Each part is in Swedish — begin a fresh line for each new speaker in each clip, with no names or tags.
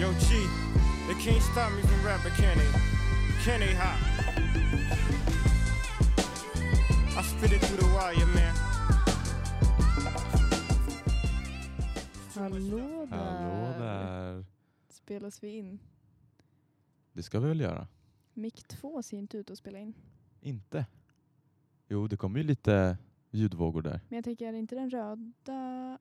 Yo, G, they can't stop me from rapping, can they? Can they hop? I spit it through the wire, man.
Hallå där.
Hallå där.
Spelas vi in?
Det ska vi väl göra?
Mick 2 ser inte ut att spela in.
Inte? Jo, det kommer ju lite ljudvågor där.
Men jag tänker, är det inte den röda?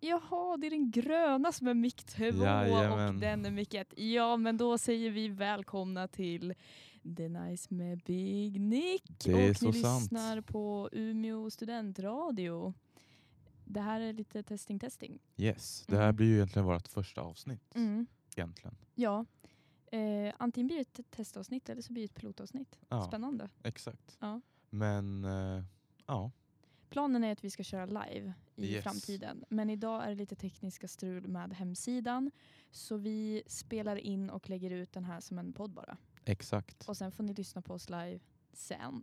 Jaha, det är den gröna som är mick 2 och
Jajamän.
den är mick 1. Ja, men då säger vi välkomna till The Nice med Big Nick.
Det
och
är
ni
så sant.
lyssnar på Umeå studentradio. Det här är lite testing testing.
Yes, det här
Mm.
blir ju egentligen vårt första avsnitt. Egentligen.
Ja, eh, antingen blir det ett testavsnitt eller så blir det ett pilotavsnitt.
Ja,
Spännande.
exakt.
Ja.
Men eh, ja,
Planen är att vi ska köra live i
Yes.
framtiden. Men idag är det lite tekniska strul med hemsidan. Så vi spelar in och lägger ut den här som en podd bara.
exakt.
Och sen får ni lyssna på oss live sen.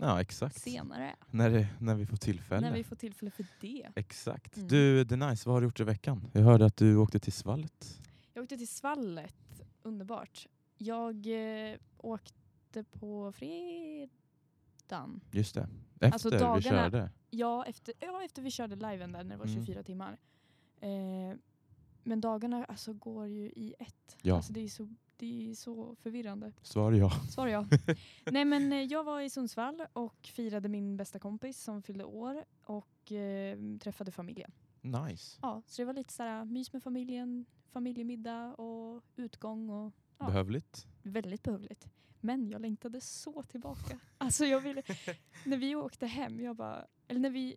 Ja, exakt.
Senare.
När, det, när vi får tillfälle.
När vi får tillfälle för det.
Exakt.
Mm.
Du, det är nice. Vad har du gjort i veckan? Jag hörde att du åkte till Svallet.
Jag åkte till Svallet. Underbart. Jag eh, åkte på fredagen.
Just det. Efter
Alltså,
vi
dagarna-
körde.
Ja, efter, ja, efter vi körde liven där när det var
Mm.
24 timmar. Eh, men dagarna alltså, går ju i ett.
Ja.
Alltså, det, är så, det är så förvirrande.
Svar ja.
Svar ja. Nej men eh, jag var i Sundsvall och firade min bästa kompis som fyllde år och eh, träffade familjen.
Nice.
Ja, så det var lite sådär mys med familjen, familjemiddag och utgång och Ja.
Behövligt.
väldigt behövligt. Men jag längtade så tillbaka. Alltså jag ville, när vi åkte hem, jag bara, eller när vi,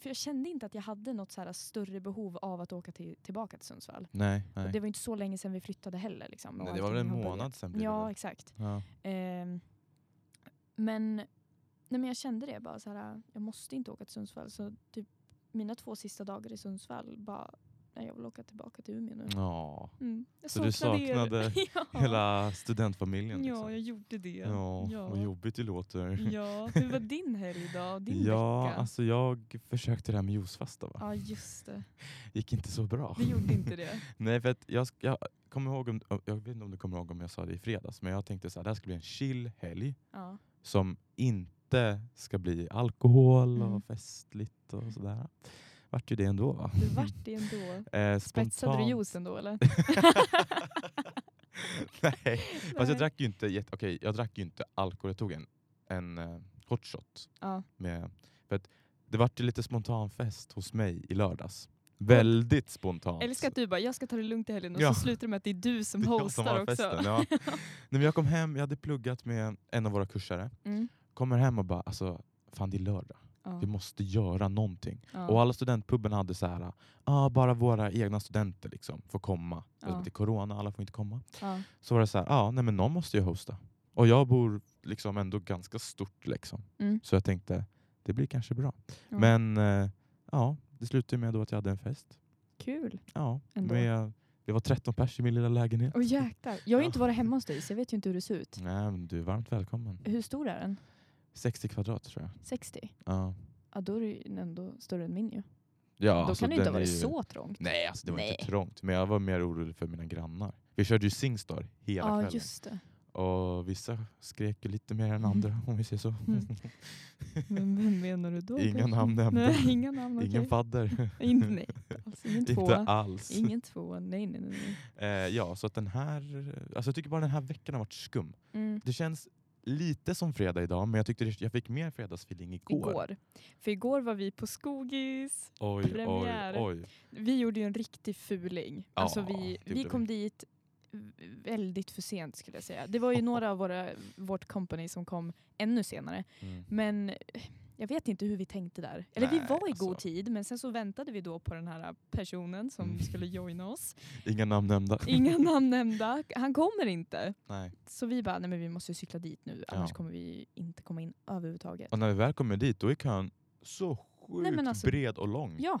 för jag kände inte att jag hade något så här större behov av att åka till, tillbaka till Sundsvall.
Nej,
Och
nej.
det var ju inte så länge sedan vi flyttade heller. Liksom, och
Nej, det var väl en
allting har
månad
börjat.
sen? blir det
Ja,
väl.
exakt.
ja.
Ehm, men, nej men jag kände det bara så här. jag måste inte åka till Sundsvall. Så typ mina två sista dagar i Sundsvall bara, nej jag vill åka tillbaka till Umeå nu.
Ja,
Mm. Jag
Så du
er.
saknade
ja.
hela studentfamiljen.
Ja,
Liksom.
jag gjorde det.
Ja, vad jobbigt det låter.
ja, hur var din helg då? Din
ja,
vecka?
alltså jag försökte det här med juicefasta. Va?
Ja, just det.
gick inte så bra.
Du gjorde inte det.
Nej, för att jag, sk- jag, kommer ihåg om, jag vet inte om du kommer ihåg om jag sa det i fredags, men jag tänkte så här, det här ska bli en chill helg
Ja.
som inte ska bli alkohol
Mm.
och festligt och sådär. Vart ju det ändå va?
Du vart det ändå. Spetsade
Eh,
du
spontant-
juicen då eller?
Nej, fast
Nej.
jag drack ju inte, jätte- okej, jag drack ju inte alkohol. Jag tog en, en eh, hot shot
Ja.
med, för att det vart ju lite spontanfest hos mig i lördags. Väldigt spontant.
Jag älskar att du bara, jag ska ta det lugnt i helgen och
Ja.
så slutar det med att det är du som
Det är jag
hostar
har
också.
festen, Ja. Nej, men jag kom hem, jag hade pluggat med en av våra kursare.
Mm.
Kommer hem och bara, alltså, fan det är lördag.
Ja.
Vi måste göra någonting.
Ja.
Och alla studentpubben hade så här, ah, bara våra egna studenter liksom får komma.
Ja.
Det är corona, alla får inte komma.
ja.
så var det så här, ja, nej men någon måste ju hosta. Och jag bor liksom ändå ganska stort liksom.
Mm.
Så jag tänkte, det blir kanske bra.
Ja.
Men eh, ja, det slutade med då att jag hade en fest.
Kul.
Ja,
Ändå.
med, det var 13 pers i min lilla lägenhet.
Och jäklar. Jag har ju
Ja. Mm.
inte varit hemma hos dig så jag vet ju inte hur det ser ut.
Nej, men du är varmt välkommen.
Hur stor är den?
60 kvadrat tror jag.
60?
Ja,
Ja då är det ju ändå större än min ju.
ja
då
alltså,
kan det inte
den
ha varit
är ju-
så trångt.
Nej, alltså, det var
Nej.
inte trångt. Men jag var mer orolig för mina grannar. Vi körde ju Singstar hela
Ja
kvällen.
just det.
Och vissa skrek ju lite mer än
Mm.
andra om vi säger så.
Mm. Men vem menar du då?
Inga
kanske?
namn nämnda.
Nej, inga namn. okej.
Ingen fadder.
In, nej, inte alls. Ingen
Inte
tvåa.
alls.
Ingen tvåa. Nej, nej, nej. nej.
Eh, ja, så att den här... Alltså jag tycker bara den här veckan har varit skum.
Mm.
Det känns lite som fredag idag, men jag tyckte det, jag fick mer fredagsfeeling igår.
Igår. För igår var vi på Skogis.
Oj, oj,
Premiär.
oj.
Vi gjorde ju en riktig fuling.
Ja,
alltså
det
vi,
gjorde
vi
vi.
kom dit v- väldigt för sent skulle jag säga. Det var ju några av våra, vårt company som kom ännu senare.
Mm.
Men eh, jag vet inte hur vi tänkte där. Eller vi
Nej,
var i
alltså.
god tid men sen så väntade vi då på den här personen som
Mm.
skulle joina oss.
Inga namn nämnda.
Inga namn nämnda. Han kommer inte.
Nej.
Så vi bara, nej men vi måste ju cykla dit nu annars
Ja.
kommer vi inte komma in överhuvudtaget.
Och när vi väl kommer dit, då är kön så sjukt
Nej, men alltså-
bred och lång.
Ja.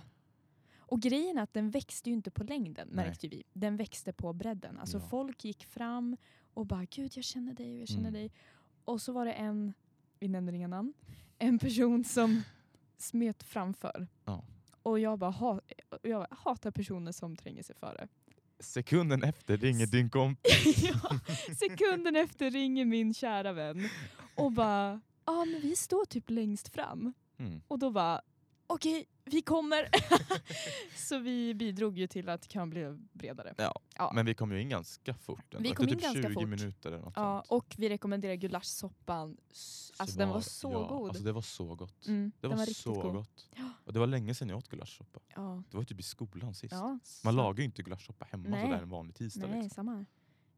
Och grejen är att den växte ju inte på längden
Nej.
märkte ju vi. Den växte på bredden. Alltså
Ja.
folk gick fram och bara gud jag känner dig och jag känner
Mm.
dig. Och så var det en, vi nämner inga namn, en person som smet framför.
Ja.
Och jag bara, ha, och jag bara hatar personer som tränger sig före.
sekunden efter ringer
S-
din kompis.
ja, sekunden efter ringer min kära vän och bara ja ah, men vi står typ längst fram.
Mm.
Och då bara okej vi kommer. så vi bidrog ju till att kön blev bredare.
Ja.
Ja.
Men vi kom ju in ganska fort. ändå.
Vi
Det
kom
är
in
typ
ganska
20
fort.
minuter eller något
Ja,
sånt.
och vi rekommenderar gulaschsoppan. S- Alltså den var så
ja,
god.
Alltså det var så gott.
mm,
Det
den
var,
var riktigt
så
god.
gott. Och det var länge sedan jag åt gulaschsoppa.
Ja.
Det var typ i skolan sist.
Ja,
Man
så-
lagar ju inte gulaschsoppa hemma
Nej.
sådär en vanlig tisdag.
Nej,
liksom.
samma här.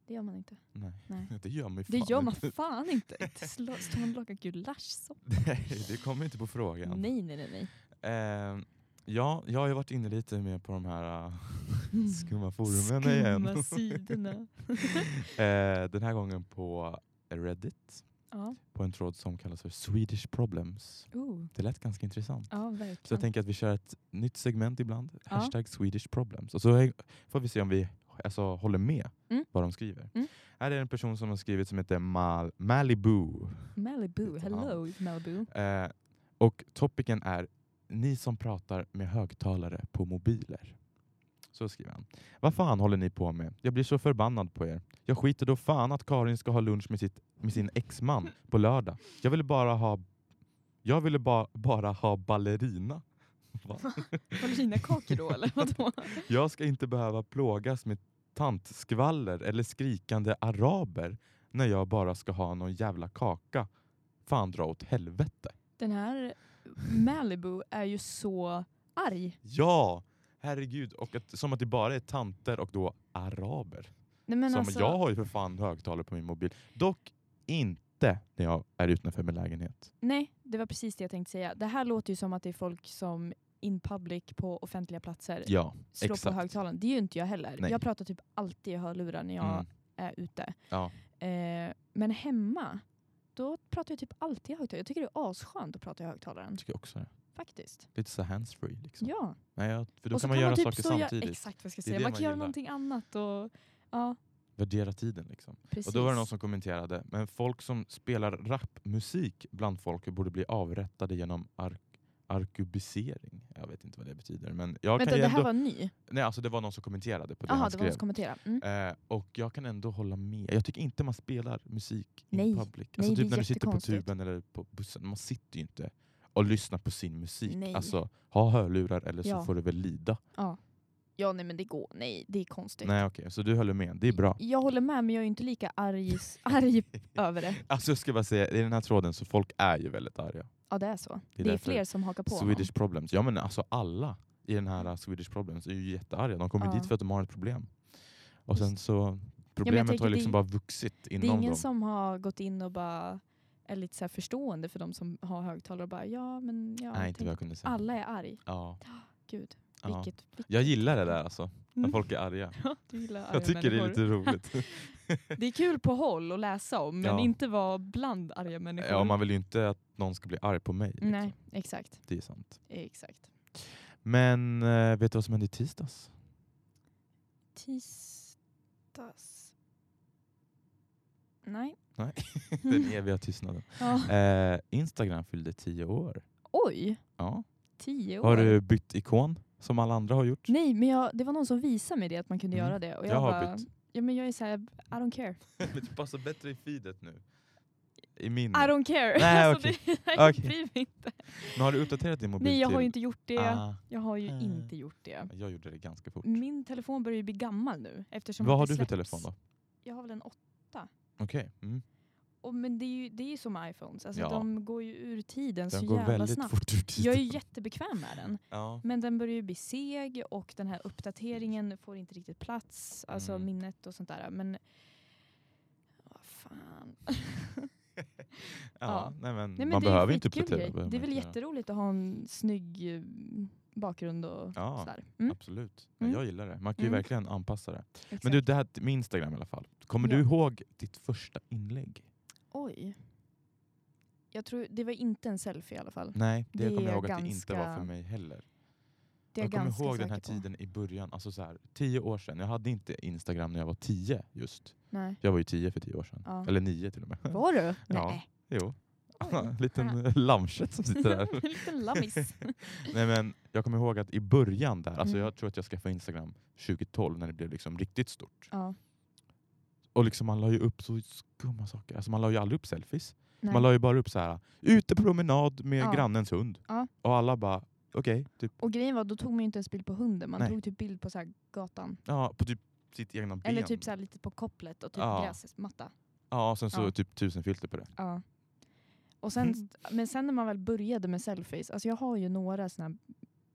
Det gör man inte.
Nej.
Nej.
Det gör man ju
Det
fan
gör man
inte.
fan inte. Inte slå- Står man och lagar gulaschsoppa?
Nej, det kommer inte på frågan.
Nej, nej, nej. nej.
Ehm, ja, jag har ju varit inne lite mer på de här äh, skumma forumen
Mm. Skumma
igen.
sidorna.
Eh, den här gången på Reddit,
Ja,
på en tråd som kallas för Swedish Problems.
oh.
Det lät ganska intressant.
ja
Så jag
verkligen.
tänker att vi kör ett nytt segment ibland, hashtag Swedish Problems. Och så är- får vi se om vi alltså, håller med
Mm.
vad de skriver.
Mm.
Här är en person som har skrivit som heter Mal- Malibu.
Malibu,
Lite
hello Malibu.
Eh, och topicen är ni som pratar med högtalare på mobiler. Så skriver han. Vad fan håller ni på med? Jag blir så förbannad på er. Jag skiter då fan att Karin ska ha lunch med, sitt, med sin exman på lördag. Jag ville bara ha... Jag ville ba, bara ha ballerina. Va?
Ballerina-kakor då eller vadå?
Jag ska inte behöva plågas med tantskvaller eller skrikande araber när jag bara ska ha någon jävla kaka. Fan dra åt helvete.
Den här Malibu är ju så arg.
Ja, herregud. Och att, som att det bara är tanter och då araber.
Nej, men
som
alltså,
Jag har ju för fan högtalare på min mobil. Dock inte när jag är utanför min lägenhet.
nej, det var precis det jag tänkte säga. Det här låter ju som att det är folk som in public på offentliga platser
Ja,
slår
exakt.
på högtalaren. Det är ju inte jag heller.
Nej.
Jag pratar typ alltid i hörlurar när jag
mm,
är ute.
ja.
Eh, men hemma, då pratar jag typ alltid i högtalaren. Jag tycker det är asskönt att prata i högtalaren.
tycker jag också det.
Faktiskt.
Lite så handsfree. Liksom.
Ja.
Nej, jag, för då
Och så
kan man göra
typ
saker
så göra-
samtidigt.
exakt vad jag ska
Det är
säga.
det
Man
man
kan göra
gillar.
någonting annat och ja,
Värdera tiden liksom.
precis.
Och då var det någon som kommenterade, men folk som spelar rapmusik bland folk borde bli avrättade genom ark arkubisering. Jag vet inte vad det betyder. Men jag
Vänta,
kan ju
det här
ändå...
var ny?
Nej, alltså det var någon som kommenterade på det
Jaha,
han
det
skrev.
var någon som kommenterade. Mm.
Eh, och jag kan ändå hålla med. Jag tycker inte man spelar musik
Nej.
in public.
Nej,
Alltså
det är
typ när du sitter på
jättekonstigt.
tuben eller på bussen. Man sitter ju inte och lyssnar på sin musik.
Nej.
Alltså, ha hörlurar eller
Ja.
så får du väl lida.
Ja, nej men det går. Nej, det är konstigt.
Nej okej, så du håller med. Det är bra.
Jag håller med men jag är ju inte lika arg, arg över det.
Alltså jag ska bara säga, i den här tråden så folk är ju väldigt arga.
Ja, det är så. Det
Det
är,
är därför
fler som hakar på honom.
Swedish problems. Ja men alltså alla i den här uh, Swedish problems är ju jättearga. De kommer
Ja.
dit för att de har ett problem. Och sen så,
men jag
problemet
tänker
har
det är-
liksom bara vuxit
Det är
inom
ingen
dem.
som har gått in och bara är lite så här förstående för de som har högtalare och bara ja men ja,
Nej inte
tänk-
vad jag kunde säga.
alla är arg.
Ja,
Gud,
ja.
vilket... vilket
Jag gillar det där alltså, när
Mm.
folk är arga.
Ja, du gillar arga
Jag tycker det är
människor.
lite roligt.
det är kul på håll att läsa om men
Ja.
inte vara bland arga människor.
Ja, man vill ju inte att någon ska bli arg på mig. Liksom.
Nej, exakt.
Det är sant.
Exakt.
Men eh, vet du vad som hände i tisdags?
Tisdags... Nej.
Nej, den eviga tystnaden.
Ja.
Eh, Instagram fyllde tio år.
Oj,
Ja.
tio år.
Har du bytt ikon som alla andra har gjort?
Nej, men jag, det var någon som visade mig det, att man kunde
Mm.
göra det. Och jag,
Jag har
bara,
bytt. Mm.
Ja, men jag är såhär, I don't care.
Men det passar bättre i feedet nu. I min.
I don't care.
Nej,
alltså,
okej.
det, jag
Okej.
bryr mig inte.
Men har du uppdaterat din mobil
Nej, jag har ju
till-
inte gjort det.
Ah,
Jag har ju
Eh.
inte gjort det.
jag gjorde det ganska fort.
Min telefon börjar ju bli gammal nu. Eftersom
vad
att
har
det
du för
släpps-
telefon då?
Jag har väl en åtta.
Okej. Mm.
Och, men det är ju det är ju som iPhones. Alltså,
Ja.
De går ju ur tiden
Den
så
går
Alltså, jävla
väldigt
snabbt.
fort ut. i
Jag är ju
tiden.
jättebekväm med den.
ja.
Men den börjar ju bli seg och den här uppdateringen får inte riktigt plats. Alltså
Mm.
minnet och sånt där. Men... Vad fan.
Ja,
Ja.
Nej, men
Nej, men
Mm, man
det är ju
behöver inte
skitkul
uppdatera.
grej.
behöver
Det är väl
man inte göra.
jätteroligt att ha en snygg eh, bakgrund och
Ja,
sådär. Mm,
Absolut. Nej,
Mm.
jag gillar det. Man kan ju
Mm.
verkligen anpassa det.
exakt.
Men du, det här med Instagram i alla fall. Kommer
Ja.
du ihåg ditt första inlägg?
Oj. Jag tror, det var inte en selfie i alla fall.
Nej, det,
Det är
kommer jag ihåg
jag
att det inte var
ganska-
för mig heller.
Det är
jag kommer
ganska
ihåg den
säker
här
på.
tiden i början, alltså så här, tio år sedan. Jag hade inte Instagram när jag var tio just.
Nej.
Jag var ju tio för tio år sedan.
Ja.
Eller nio till och med.
Var du?
Ja.
Nej.
Jo. En liten eh, lammkött som sitter där.
en liten lammis.
Nej, men jag kommer ihåg att i början där, alltså
Mm.
jag tror att jag skaffade Instagram 2012 när det blev liksom riktigt stort.
ja,
Och liksom man la ju upp så skumma saker. Alltså man la ju aldrig upp selfies.
nej.
Man la ju bara upp så här ute på promenad med
Ja.
grannens hund.
Ja.
Och alla bara okej, typ,
Och grejen var, då tog man ju inte ens bild på hunden. Man
Nej.
tog typ bild på så här gatan.
ja, på typ sitt egna ben.
Eller typ så här lite på kopplet och typ
Ja.
gräsmatta.
Ja, och sen så
Ja.
typ tusen filter på det.
Ja. Och
Mm.
sen, Men sen när man väl började med selfies, alltså jag har ju några såna här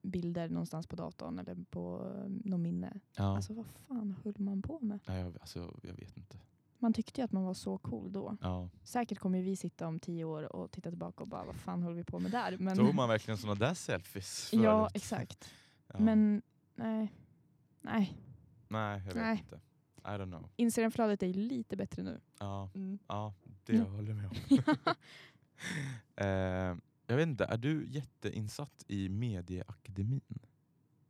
bilder någonstans på datorn eller på eh, någon minne.
Ja.
Alltså vad fan höll man på med?
Nej, jag, alltså, jag vet inte.
Man tyckte ju att man var så cool då.
Ja.
Säkert kommer ju vi sitta om tio år och titta tillbaka och bara vad fan håller vi på med där? Men,
Tog man verkligen såna där selfies förut?
Ja, exakt.
Ja.
Men nej. Nej.
Nej, jag vet
Nej.
inte. I don't know.
Instagramflödet är ju lite bättre nu.
Ja,
Mm.
ja det
Ja.
jag håller jag med om. eh, jag vet inte, är du jätteinsatt i Medieakademin?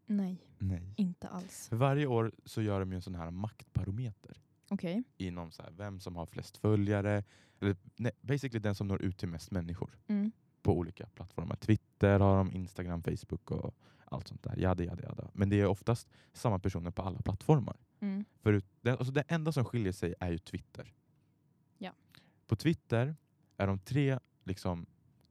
Nej,
Nej.
inte alls.
För varje år så gör de ju en sån här maktbarometer
Okej.
inom så här vem som har flest följare, eller nej, basically den som når ut till mest människor
Mm.
på olika plattformar. Twitter har de, Instagram, Facebook och allt sånt där. Jada, jada, jada. Men det är oftast samma personer på alla plattformar.
Mm.
Förut, det, alltså det enda som skiljer sig är ju Twitter.
Ja.
På Twitter är de tre, liksom,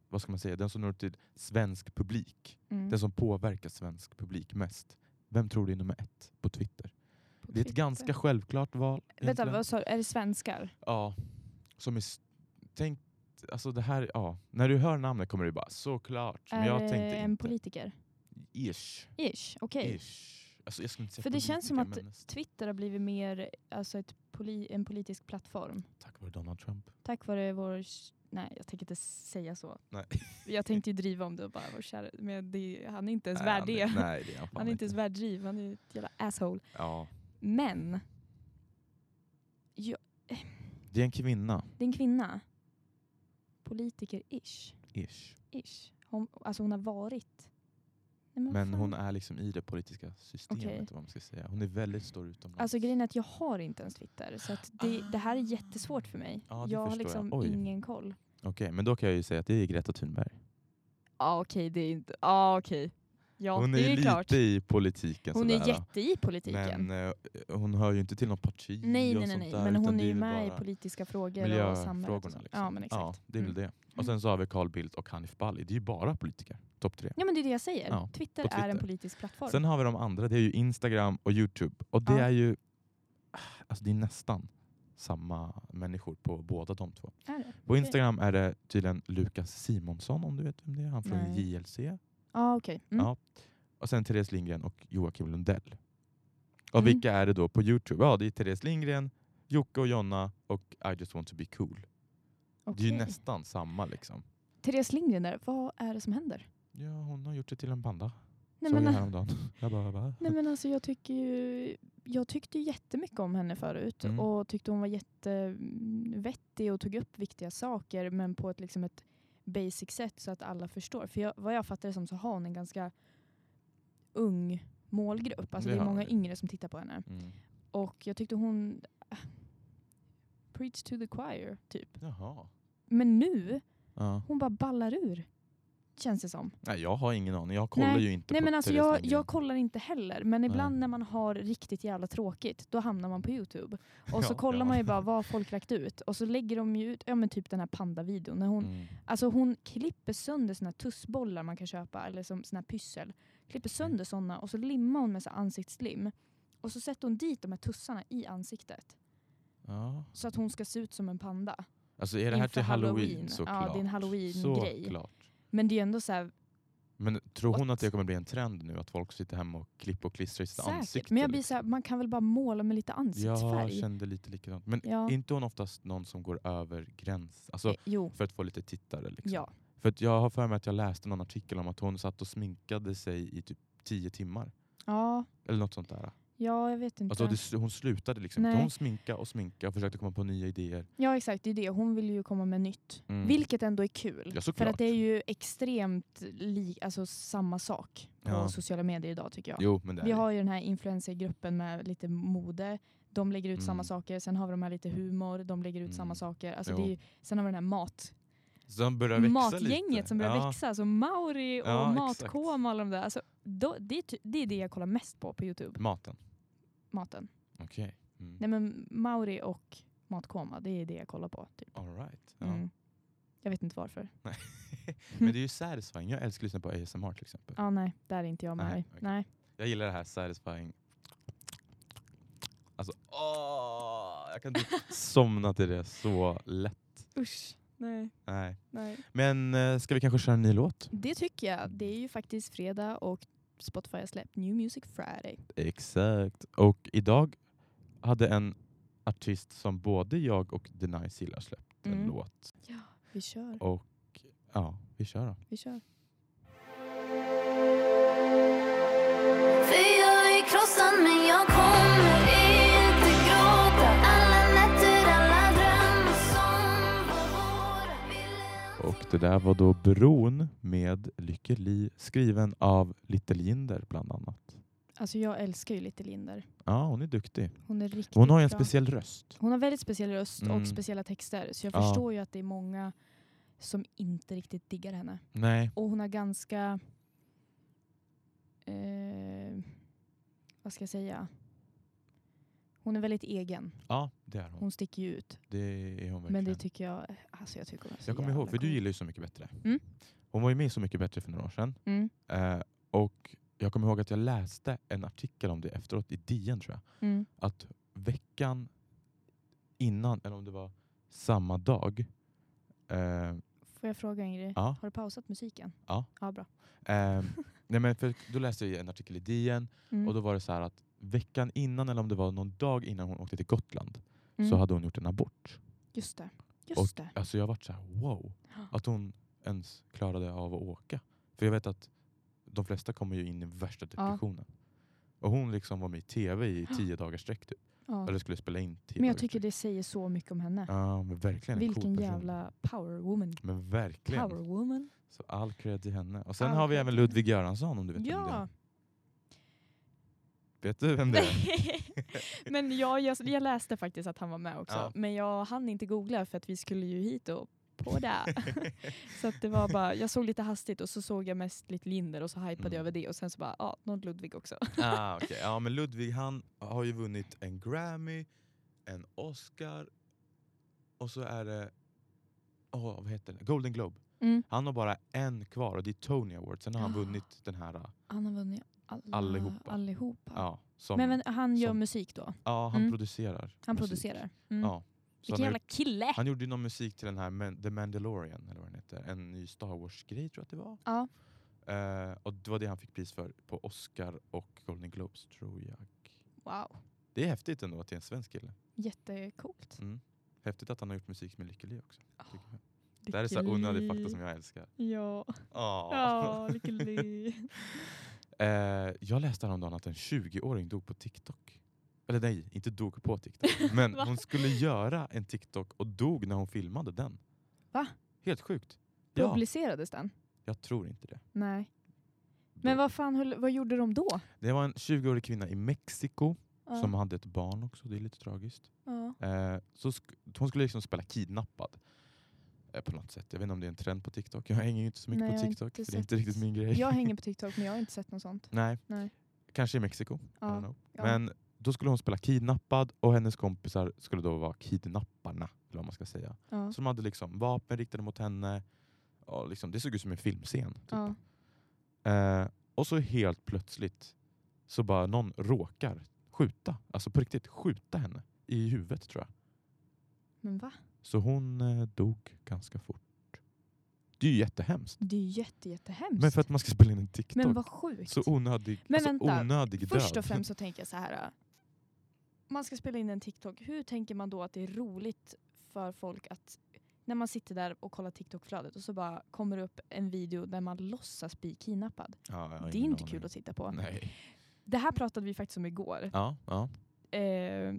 vad ska man säga, den som når ut till svensk publik.
Mm.
Den som påverkar svensk publik mest. Vem tror du är nummer ett på Twitter?
På
Det är ett
Twitter.
ganska självklart val.
Vänta,
egentligen.
vad sa du? Är det svenskar?
Ja. Som är, s- tänk, alltså det här, ja. När du hör namnet kommer du bara såklart. Men
är
jag
det
tänkte
en
inte.
politiker?
Ish.
Ish, okej.
Ish. Alltså jag skulle inte säga
För det känns som
politiker,
att
men nästan.
Twitter har blivit mer alltså ett poli- en politisk plattform.
Tack vare Donald Trump.
Tack vare vår... Nej, jag tänker inte säga så.
Nej.
Jag tänkte ju driva om det och bara vår kära... Men det, han är inte ens
Nej,
värd
han
det.
är- Nej, det är han fan
Han är inte ens värd driv. Han är ett jävla asshole.
Ja.
Men... Ja,
Det är en kvinna,
det är en kvinna. Politiker-ish.
ish.
Ish. Hon, alltså hon har varit... Nej, vad
Men
fan.
hon är liksom i det politiska systemet.
Okej.
Vad man ska säga. Hon är väldigt stor utomlands.
Alltså grejen är att jag har inte ens Twitter så att det, det här är jättesvårt för mig.
Ja, det
jag har
förstår jag.
liksom
Oj.
ingen koll.
Okej, men då kan jag ju säga att det är Greta Thunberg.
Ja ah, okej, det är inte... Ja ah, okej. Ja,
hon är,
det är,
ju lite
klart.
i politiken.
Hon
sådär,
är jätte i politiken.
Men eh, hon hör ju inte till något parti
nej,
och
nej, nej,
sånt
nej.
där,
men
utan
hon
det
är ju
väl
med i
bara
politiska frågor och samhället. Och
Miljöfrågorna.
sånt.
Liksom.
Ja, men exakt. Mm.
Ja, det är väl det. Och sen så har vi Carl Bildt och Hanif Bali. Det är ju bara politiker. Topp tre.
Ja, men det är det jag säger.
Ja,
Twitter,
på
är en
Twitter.
politisk plattform.
Sen har vi de andra. Det är ju Instagram och Youtube. Och det
Ja.
är ju alltså det är nästan samma människor på båda de två.
är det?
På Instagram är det tydligen Lukas Simonsson om du vet vem det är. Han från
Nej.
JLC.
Ja, okej. Mm.
Ja. Och sen Therese Lindgren och Joakim Lundell. Och
Mm.
vilka är det då på Youtube? Ja, det är Therese Lindgren, Jocke och Jonna och I just want to be cool. Det är ju
okej.
nästan samma liksom.
Therese Lindgren där, vad är det som händer?
Ja, hon har gjort sig till en panda.
Nej,
Såg jag
men,
häromdagen. Jag bara, bara.
nej men alltså jag tycker ju... Jag tyckte ju jättemycket om henne förut
Mm.
och tyckte hon var jättevettig och tog upp viktiga saker men på ett, liksom ett basic sätt så att alla förstår. För jag, vad jag fattar det som så har hon en ganska ung målgrupp. Alltså
Det
det är
har
många
hon.
yngre som tittar på henne.
Mm.
Och jag tyckte hon... äh, Preach to the choir, typ.
Jaha.
Men nu,
Ja.
hon bara ballar ur. Känns det som.
Nej, jag har ingen aning. Jag kollar ju inte
Nej
på
men alltså
Therese
jag,
Lindgren.
jag kollar inte heller men ibland när man har riktigt jävla tråkigt då hamnar man på Youtube. Och så
Ja,
kollar
ja.
man ju bara vad folk lagt ut och så lägger de ju ut, ja men typ den här pandavideon. När hon,
Mm.
Alltså hon klipper sönder såna här tussbollar man kan köpa eller som såna här pyssel. Klipper
Mm.
sönder såna och så limmar hon med så här ansiktslim. Och så sätter hon dit de här tussarna i ansiktet
Ja.
så att hon ska se ut som en panda.
Alltså är det här
Inför
till halloween,
Halloween. Ja, det är
såklart?
en Halloween-grej.
Såklart.
Men det är ju ändå så här,
Men tror hon
What?
att det kommer bli en trend nu att folk sitter hemma och klipper och klistrar i sitt
säkert.
ansikte? liksom.
Men jag blir så här, man kan väl bara måla med lite
Jag
ansiktsfärg?
kände lite likadant. Men
Ja.
är inte hon oftast någon som går över gräns? Alltså
Eh, jo,
för att få lite tittare liksom.
ja.
För att jag har för mig att jag läste någon artikel om att hon satt och sminkade sig i typ tio timmar.
Ja,
Eller något sånt där.
ja jag vet inte.
Alltså det, hon slutade liksom inte.
Nej.
Hon sminkade och sminkade och försökte komma på nya idéer.
Ja exakt, det är det. Hon vill ju komma med nytt.
Mm.
Vilket ändå är kul.
Ja,
för
såklart.
att det är ju extremt li- alltså, samma sak på
Ja.
sociala medier idag tycker jag.
Jo, men det är
Vi
det.
har ju den här influencergruppen med lite mode. De lägger ut samma
Mm.
saker. Sen har vi de här lite humor. De lägger ut samma
Mm.
saker. Alltså
Jo.
det är ju, sen har vi den här mat.
Som börjar växa
matgänget
lite.
som börjar
ja.
växa, alltså Mauri och
Ja, exakt.
Matkoma och alla de där. Alltså, då, det, är ty- det är det jag kollar mest på på Youtube,
Maten.
maten.
Okej. Mm.
Nej men Mauri och Matkoma, det är det jag kollar på. Typ.
All right. Ja.
Mm. Jag vet inte varför.
Men det är ju satisfying. Jag älskar att lyssna på ASMR till exempel.
Ah, nej, där är inte jag med.
Nej,
Nej,
okej.
nej.
Jag gillar det här satisfying. Alltså, åh, jag kan typ somna till det så lätt.
usch. Nej,
Nej.
nej.
Men eh, ska vi kanske köra en ny låt?
Det tycker jag. Det är ju faktiskt fredag och Spotify har släppt New Music Friday.
Exakt. Och idag hade en artist som både jag och Denise gillar släppt en
Mm.
låt.
Vi kör,
Och ja, vi kör då.
vi kör.
För jag är krossad men jag kommer inte gråta Alla nätter, alla drömmar som var våra Ville-
Och det där var då Bron med Lykke Li skriven av Little Jinder bland annat.
Alltså jag älskar ju Little Linder.
Ja, hon är duktig.
Hon är riktigt
Hon har ju en
bra.
speciell röst.
Hon har väldigt speciell röst
Mm.
och speciella texter så jag
Ja.
förstår ju att det är många som inte riktigt diggar henne.
Nej.
Och hon har ganska... Eh, vad ska jag säga? Hon är väldigt egen.
Ja, det är hon.
Hon sticker ju ut.
Det är hon
Men
verkligen.
det tycker jag... Alltså jag tycker hon är så
jag kommer
jävla
ihåg, för du
cool.
gillar ju Så mycket bättre.
Mm.
Hon var ju med i Så mycket bättre för några år sedan.
Mm,
Eh, och jag kommer ihåg att jag läste en artikel om det efteråt i DN tror jag.
mm.
att veckan innan, eller om det var samma dag, eh,
Får jag fråga en grej?
Ja.
Har du pausat musiken?
Ja.
Ja, bra.
eh, nej men för då läste jag en artikel i DN
Mm.
och då var det så här att veckan innan eller om det var någon dag innan hon åkte till Gotland
mm.
så hade hon gjort en abort.
Just det. Just det.
Alltså jag vart så här wow, att hon ens klarade av att åka. För jag vet att de flesta kommer ju in i värsta depressionen. Och hon liksom var med i TV i tio dagars sträck typ.
Ja.
Eller skulle spela in tio
Men jag
dagars
tycker
sträck.
det säger så mycket om henne.
Ja, men verkligen en cool
Vilken
person.
jävla power woman.
Men verkligen.
Power woman.
Så all cred till henne. Och sen
All
har vi
cred
även
till henne.
Ludvig Göransson om du vet vem det är.
Ja.
Vet du vem det är?
Men jag, jag, jag läste faktiskt att han var med också.
Ja.
Men jag hann inte googla för att vi skulle ju hit och på det. så att det var bara, jag såg lite hastigt och så såg jag mest lite Linder och så hypade
Mm.
jag över det och sen så bara, ja, någon Ludvig också.
ah, okay. Ja men Ludvig han har ju vunnit en Grammy, en Oscar och så är det oh, vad heter det? Golden Globe.
Mm.
Han har bara en kvar och det är Tony Award. Sen har han
Ah.
vunnit den här, ah,
Han har vunnit alla,
Allihopa.
allihopa.
ja, som,
Men, men han gör
som-
musik då?
ja han
mm.
producerar.
Han
musik.
producerar? Mm.
Ja. Så han,
Vilken
har
jävla
gjort,
kille!
han gjorde ju någon musik till den här Man- The Mandalorian eller vad den heter. En ny Star Wars-grej tror jag att det var.
Ja.
Eh, och det var det han fick pris för på Oscar och Golden Globes tror jag.
Wow.
Det är häftigt ändå att det är en svensk kille.
Jättecoolt.
Mm. Häftigt att han har gjort musik med Lykke Li också.
Ah,
tycker jag. Det här är så här onödig fakta som jag älskar.
Ja,
Åh.
ja Lykke Li.
eh, jag läste häromdagen att en 20-åring dog på TikTok. Eller nej, inte dog på TikTok. Men
Va?
hon skulle göra en TikTok och dog när hon filmade den.
Va?
Helt sjukt. Ja,
Publicerades den?
jag tror inte det.
Nej. Men
Då-
vad fan, höll, vad gjorde de då?
Det var en 20-årig kvinna i Mexiko
Ja.
som hade ett barn också. Det är lite tragiskt.
ja.
Eh, så sk- hon skulle liksom spela kidnappad. Eh, på något sätt. Jag vet inte om det är en trend på TikTok. Jag hänger ju inte så mycket
Nej, jag
på
har
TikTok.
inte
för det är inte
sett-
riktigt min grej.
Jag hänger på TikTok men jag har inte sett något sånt.
Nej.
Nej.
Kanske i Mexiko. I don't
Ja.
know.
ja.
Men då skulle hon spela kidnappad och hennes kompisar skulle då vara kidnapparna. Eller vad man ska säga.
ja.
Så de hade liksom vapen riktade mot henne. Och liksom, det såg ut som en filmscen. Typ.
Ja.
Eh, och så helt plötsligt så bara någon råkar skjuta. Alltså på riktigt skjuta henne i huvudet tror jag.
Men va?
Så hon eh, dog ganska fort. Det är ju jättehemskt.
Det är ju jätte, jättehemskt.
Men för att man ska spela in en TikTok.
men vad sjukt.
så onödig,
Men
alltså
vänta,
onödig
Först
död.
och främst så tänker jag så här. äh, Man ska spela in en TikTok. Hur tänker man då att det är roligt för folk att när man sitter där och kollar TikTok-flödet och så bara kommer det upp en video där man låtsas bli kidnappad.
Ja, jag har
det är
ingen
inte
aning.
kul att titta på.
Nej.
Det här pratade vi faktiskt om igår.
Ja, ja.
Eh,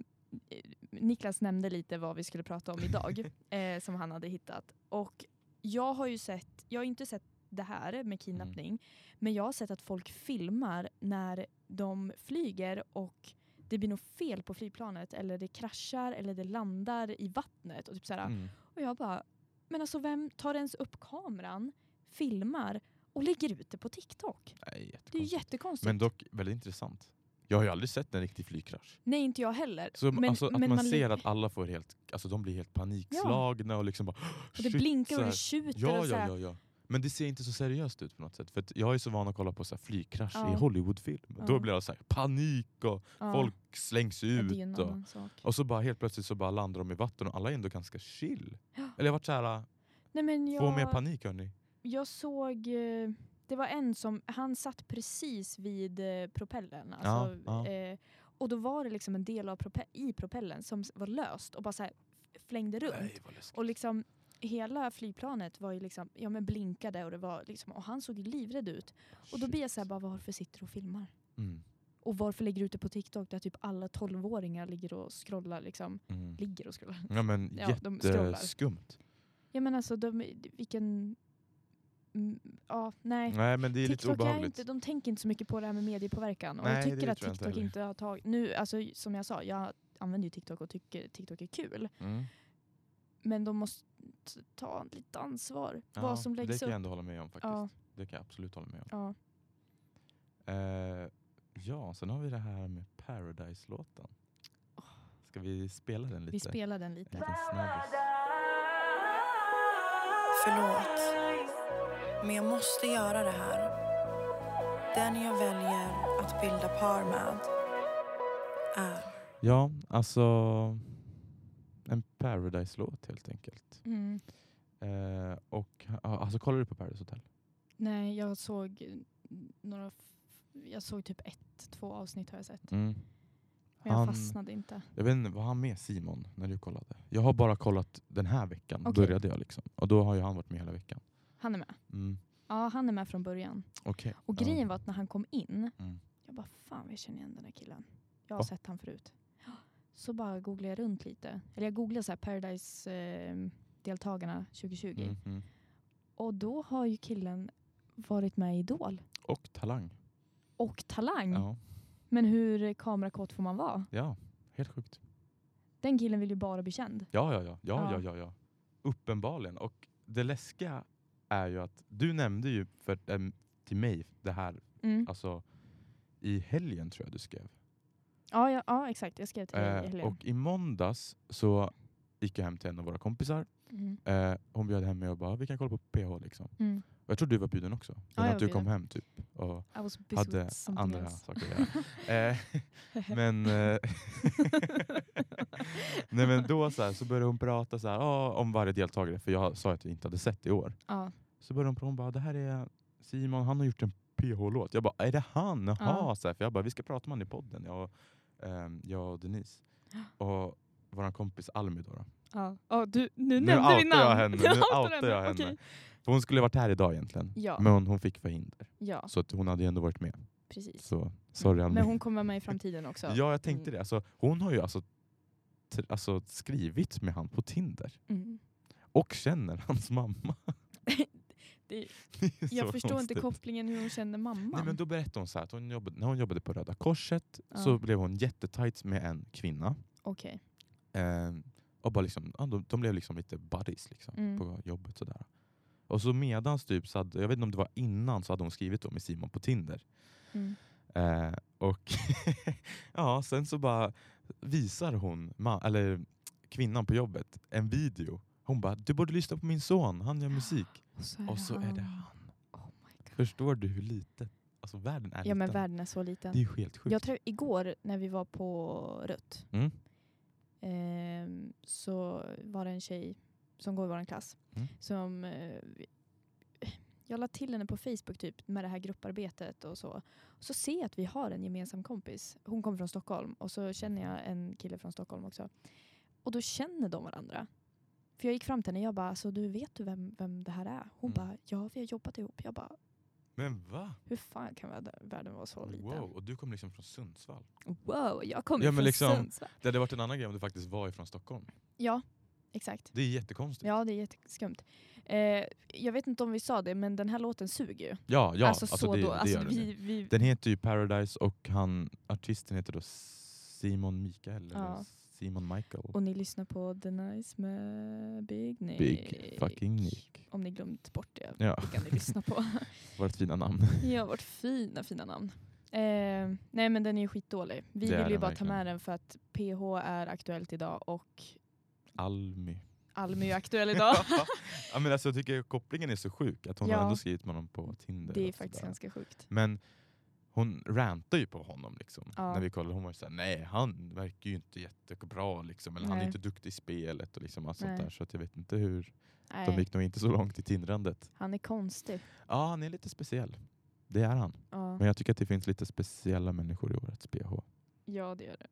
Niklas nämnde lite vad vi skulle prata om idag eh, som han hade hittat. Och jag har ju sett, jag har inte sett det här
Mm.
med kidnappning, men jag har sett att folk filmar när de flyger och det blir något fel på flygplanet eller det kraschar eller det landar i vattnet. Och typ såhär,
Mm.
och jag bara, Men alltså vem tar ens upp kameran, filmar och lägger ut det på TikTok? Det
Nej,
är ju
jättekonstigt.
jättekonstigt.
Men dock väldigt intressant. Jag har ju aldrig sett en riktig flygkrasch.
Nej, inte jag heller.
Så
men,
alltså, att
men
man, ser
lägger-
att alla får helt, alltså, de blir helt panikslagna och liksom bara
Och det
"Shit",
blinkar
så
och
här.
det tjuter.
Ja,
och så här,
ja, ja, ja. Men det ser inte så seriöst ut på något sätt. För att jag är så van att kolla på så här flygkrasch
Ja.
i Hollywoodfilm.
Ja.
Då blir det så här panik och
ja.
folk slängs
Ja, det är ju en
ut. Och,
annan sak.
och så bara helt plötsligt så bara landar de i vatten och alla är ändå ganska chill.
Ja.
Eller jag vart såhär,
Nej, men
få äh, mer
jag,
panik hörni.
jag såg... eh, Det var en som... Han satt precis vid eh, propellen. Alltså,
ja.
Eh, och då var det liksom en del av prope- i propellen som s- var löst och bara så här f- flängde runt.
Nej, vad läskigt.
Och liksom hela flygplanet var ju liksom, ja men blinkade och det var liksom, och han såg ju livrädd ut. Och då
Shit.
blir jag såhär bara, varför sitter du och filmar?
Mm,
Och varför lägger du ut det på TikTok där typ alla tolvåringar ligger och scrollar liksom,
mm.
ligger och scrollar.
Ja men
Ja, de scrollar.
jätteskumt.
Ja men alltså de, vilken, mm, ja nej.
Nej men det är lite
TikTok är
obehagligt.
inte, de tänker inte så mycket på det här med mediepåverkan. Och
Nej,
jag
det
tycker
tror
att
jag inte
TikTok
heller.
inte har tagit, nu alltså som jag sa, jag använder ju TikTok och tycker TikTok är kul.
Mm.
Men de måste ta lite ansvar.
Ja,
vad som läggs
Det kan
upp.
jag ändå hålla med om faktiskt.
Ja.
Det kan jag absolut hålla med om.
Ja.
Eh, ja, sen har vi det här med Paradise-låten. Ska vi spela den lite?
Vi spelar den lite.
En liten snabbis.
Förlåt, men jag måste göra det här. Den jag väljer att bilda par med är...
Ja, alltså en Paradise-låt helt enkelt.
Mm.
Eh, och, ja, alltså kollar du på Paradise Hotel?
Nej, jag såg eh, några... f- Jag såg typ ett, två avsnitt har jag sett. Men jag
Mm. Han-
fastnade inte.
Jag vet inte, var han med Simon när du kollade? Jag har bara kollat den här veckan,
Okej.
började jag liksom. Och då har ju han varit med hela veckan.
Han är med.
Mm.
Ja, han är med från början.
Okej.
Och
Ja.
grejen var att när han kom in,
Mm.
jag bara fan jag känner igen den här killen. Jag har
Va?
sett han förut. Så bara googlade jag runt lite. Eller jag googlade så här Paradise eh, deltagarna 2020.
Mm, mm.
Och då har ju killen varit med i Idol.
Och Talang.
Och Talang.
Ja.
Men hur kamerakåt får man vara?
ja, helt sjukt.
Den killen vill ju bara bli känd.
Ja, ja, ja.
Ja.
ja, ja. ja, ja. Uppenbarligen. Och det läskiga är ju att du nämnde ju för, em, till mig det här
Mm.
alltså, i helgen tror jag du skrev.
Ja, ja, ja exakt. Jag skrev till dig i
Eh,
helgen.
och i måndags så gick jag hem till en av våra kompisar.
Mm.
Eh, hon bjöd hem mig och bara vi kan kolla på PH liksom.
Mm.
Och jag tror du var bjuden också. Men
jag
att du
var
kom hem typ och
I was busy
hade
with something
andra
else.
saker att göra. eh, men, eh, nej, men då så, här, så började hon prata så här, "Ja, om varje deltagare, för jag sa att jag inte hade sett det i år.
Ja,
Så började hon prata, hon bara, det här är Simon, han har gjort en PH-låt. Jag bara, är det han? Jaha.
Ja.
Så här, för jag bara, vi ska prata med honom i podden, jag och, ehm, jag och Denise. Och vår kompis Almi då. då.
ja. Ja, du, nu,
Nu
nämnde vi
outar
namn.
jag henne, nu
outar
outar jag henne.
okej.
För hon skulle varit här idag egentligen,
Ja.
men hon, hon fick förhinder.
Ja,
Så att hon hade ju ändå varit med.
precis.
Så sorry Almi.
Men hon kommer vara med i framtiden också.
Ja, jag tänkte
Mm.
det. Alltså, hon har ju alltså, t- alltså skrivit med han på Tinder.
Mm.
Och känner hans mamma.
Det,
Det är så
jag förstår
konstigt.
inte kopplingen hur hon känner mamman.
Nej, men då berättade hon så här att hon jobbade, när hon jobbade på Röda Korset
Ja.
så blev hon jättetajt med en kvinna.
Okej.
Eh, och bara liksom, ja, de, de blev liksom lite buddies liksom,
Mm.
på jobbet. Sådär. Och så medans, typ, så hade, jag vet inte om det var innan, så hade hon skrivit då med Simon på Tinder.
Mm.
Eh, och ja, sen så bara visar hon, ma- eller kvinnan på jobbet, en video. Hon bara, du borde lyssna på min son, han gör musik.
Och så är
Och så är det
han.
han.
Oh my God.
Förstår du hur litet? Alltså världen är
Ja men
liten.
världen är så liten.
Det är ju helt sjukt.
Jag tror igår när vi var på Rött
Mm.
ehm, så var det en tjej som går i vår klass
Mm.
som eh, vi- jag la till henne på Facebook typ med det här grupparbetet och så. Så ser jag att vi har en gemensam kompis. Hon kommer från Stockholm och så känner jag en kille från Stockholm också. Och då känner de varandra. För jag gick fram till henne och jag bara, alltså, du vet du vem, vem det här är? Hon
Mm.
bara, ja vi har jobbat ihop. Jag bara,
Men va?
hur fan kan världen- världen vara så liten?
Wow, och du kom liksom från Sundsvall.
Wow, jag kommer
Ja, men
från
liksom-
Sundsvall.
Det hade varit en annan grej om du faktiskt var ifrån Stockholm.
Ja, exakt.
Det är jättekonstigt.
Ja, det är jätteskumt. Eh, jag vet inte om vi sa det, men den här låten suger ju.
ja, ja,
alltså, så
det,
då.
det
alltså,
gör den.
vi, vi,
Den heter ju Paradise och han, artisten heter då Simon Mikael.
Ja.
Eller Simon Michael.
Och ni lyssnar på The Nice med Big Nick.
Big fucking Nick.
Om ni glömt bort det
Ja,
kan ni lyssna på.
vårt fina namn.
Ja, vårt fina, fina namn. Eh, nej men den är ju skitdålig. Vi
Det är
vill ju
den
bara
verkligen.
ta med den för att PH är aktuellt idag och
Almy.
Almy är aktuell idag.
ja, men alltså, jag tycker kopplingen är så sjuk, att hon har
Ja.
ändå skrivit med honom på Tinder.
det är
och
faktiskt
sådär.
ganska sjukt.
Men hon rantar ju på honom liksom.
Ja.
När vi kollade, hon var ju såhär, nej han verkar ju inte jättebra liksom, eller han är
Nej.
inte duktig i spelet och liksom allt sånt
Nej.
där. Så att jag vet inte hur, de
Nej,
gick nog inte så långt i tindrandet.
han är konstig.
Ja, han är lite speciell. Det är han.
Ja,
Men jag tycker att det finns lite speciella människor i årets PH.
ja det gör det.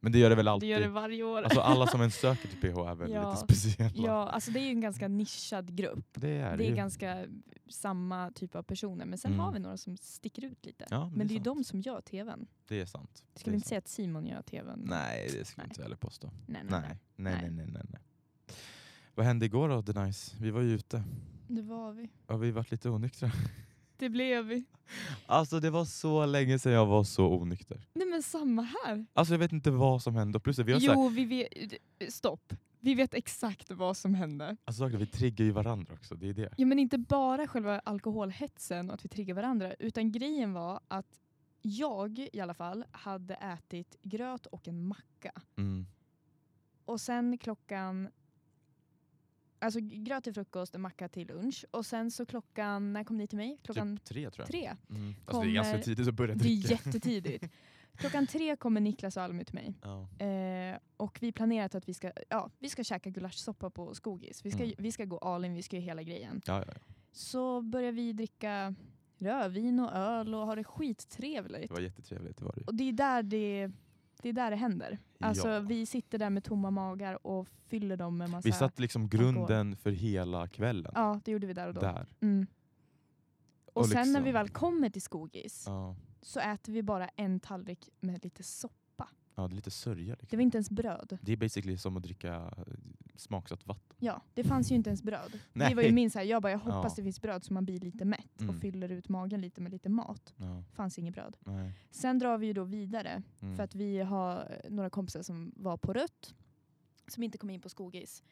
Men det gör det väl alltid?
Det gör det varje år.
Alltså alla som ens söker till PH är väl
Ja.
lite speciella?
ja, alltså det är ju en ganska nischad grupp.
Det är
Det
ju.
är ganska samma typ av personer. Men sen
Mm.
har vi några som sticker ut lite.
Ja, men
men
det
det
är
är ju de som gör tvn.
Det är sant.
Jag skulle
det är
inte
sant.
säga att Simon gör tvn.
Nej, det skulle
Nej.
jag inte heller påstå.
Nej, nej, nej.
Nej. Nej, nej, nej, nej, nej. Vad hände igår då, The Nice? Vi var ju ute.
Det var vi.
Ja, vi varit lite onyktra.
Det blev vi.
Alltså det var så länge sedan jag var så onykter.
Nej men samma här.
Alltså jag vet inte vad som hände. Och Plus att vi har så här,
Jo, vi vet... Stopp. Vi vet exakt vad som hände.
alltså, verkligen, vi triggar ju varandra också, det är det.
Ja, men inte bara själva alkoholhetsen och att vi triggar varandra. Utan grejen var att jag i alla fall hade ätit gröt och en macka.
Mm.
Och sen klockan... Alltså g- gröt till frukost, en macka till lunch. Och sen så klockan... När kom ni till mig? Klockan
Typ tre tror jag.
tre.
Mm. Alltså det är
kommer-
ganska tidigt att börja
Det
dricka.
är jättetidigt. Klockan tre kommer Niklas och Almi till mig.
Ja.
Eh, och vi planerat att vi ska, ja, vi ska käka gulaschsoppa på Skogis. Vi ska,
Mm.
vi ska gå all in, vi ska göra hela grejen.
Ja, ja, ja.
Så börjar vi dricka rödvin och öl och ha det skittrevligt.
Det var jättetrevligt, det var det ju.
Och det är där det, det, är där det händer. Alltså
Ja.
vi sitter där med tomma magar och fyller dem med massa...
Vi satte liksom grunden för hela kvällen.
Ja, det gjorde vi där och då.
Där.
Mm. Och,
Och
sen när vi
liksom-
väl kommer till Skogis
Ja.
så äter vi bara en tallrik med lite soppa.
ja, det är lite sörja. Liksom.
Det var inte ens bröd.
Det är basically som att dricka eh, smaksatt vatten.
Ja, det fanns ju inte ens bröd.
Nej.
Det var ju min så här, jag bara jag hoppas
Ja.
det finns bröd så man blir lite mätt
Mm.
och fyller ut magen lite med lite mat.
Ja,
Fanns inget bröd.
nej.
Sen drar vi ju då vidare
Mm.
för att vi har eh, några kompisar som var på rött som inte kom in på skogis.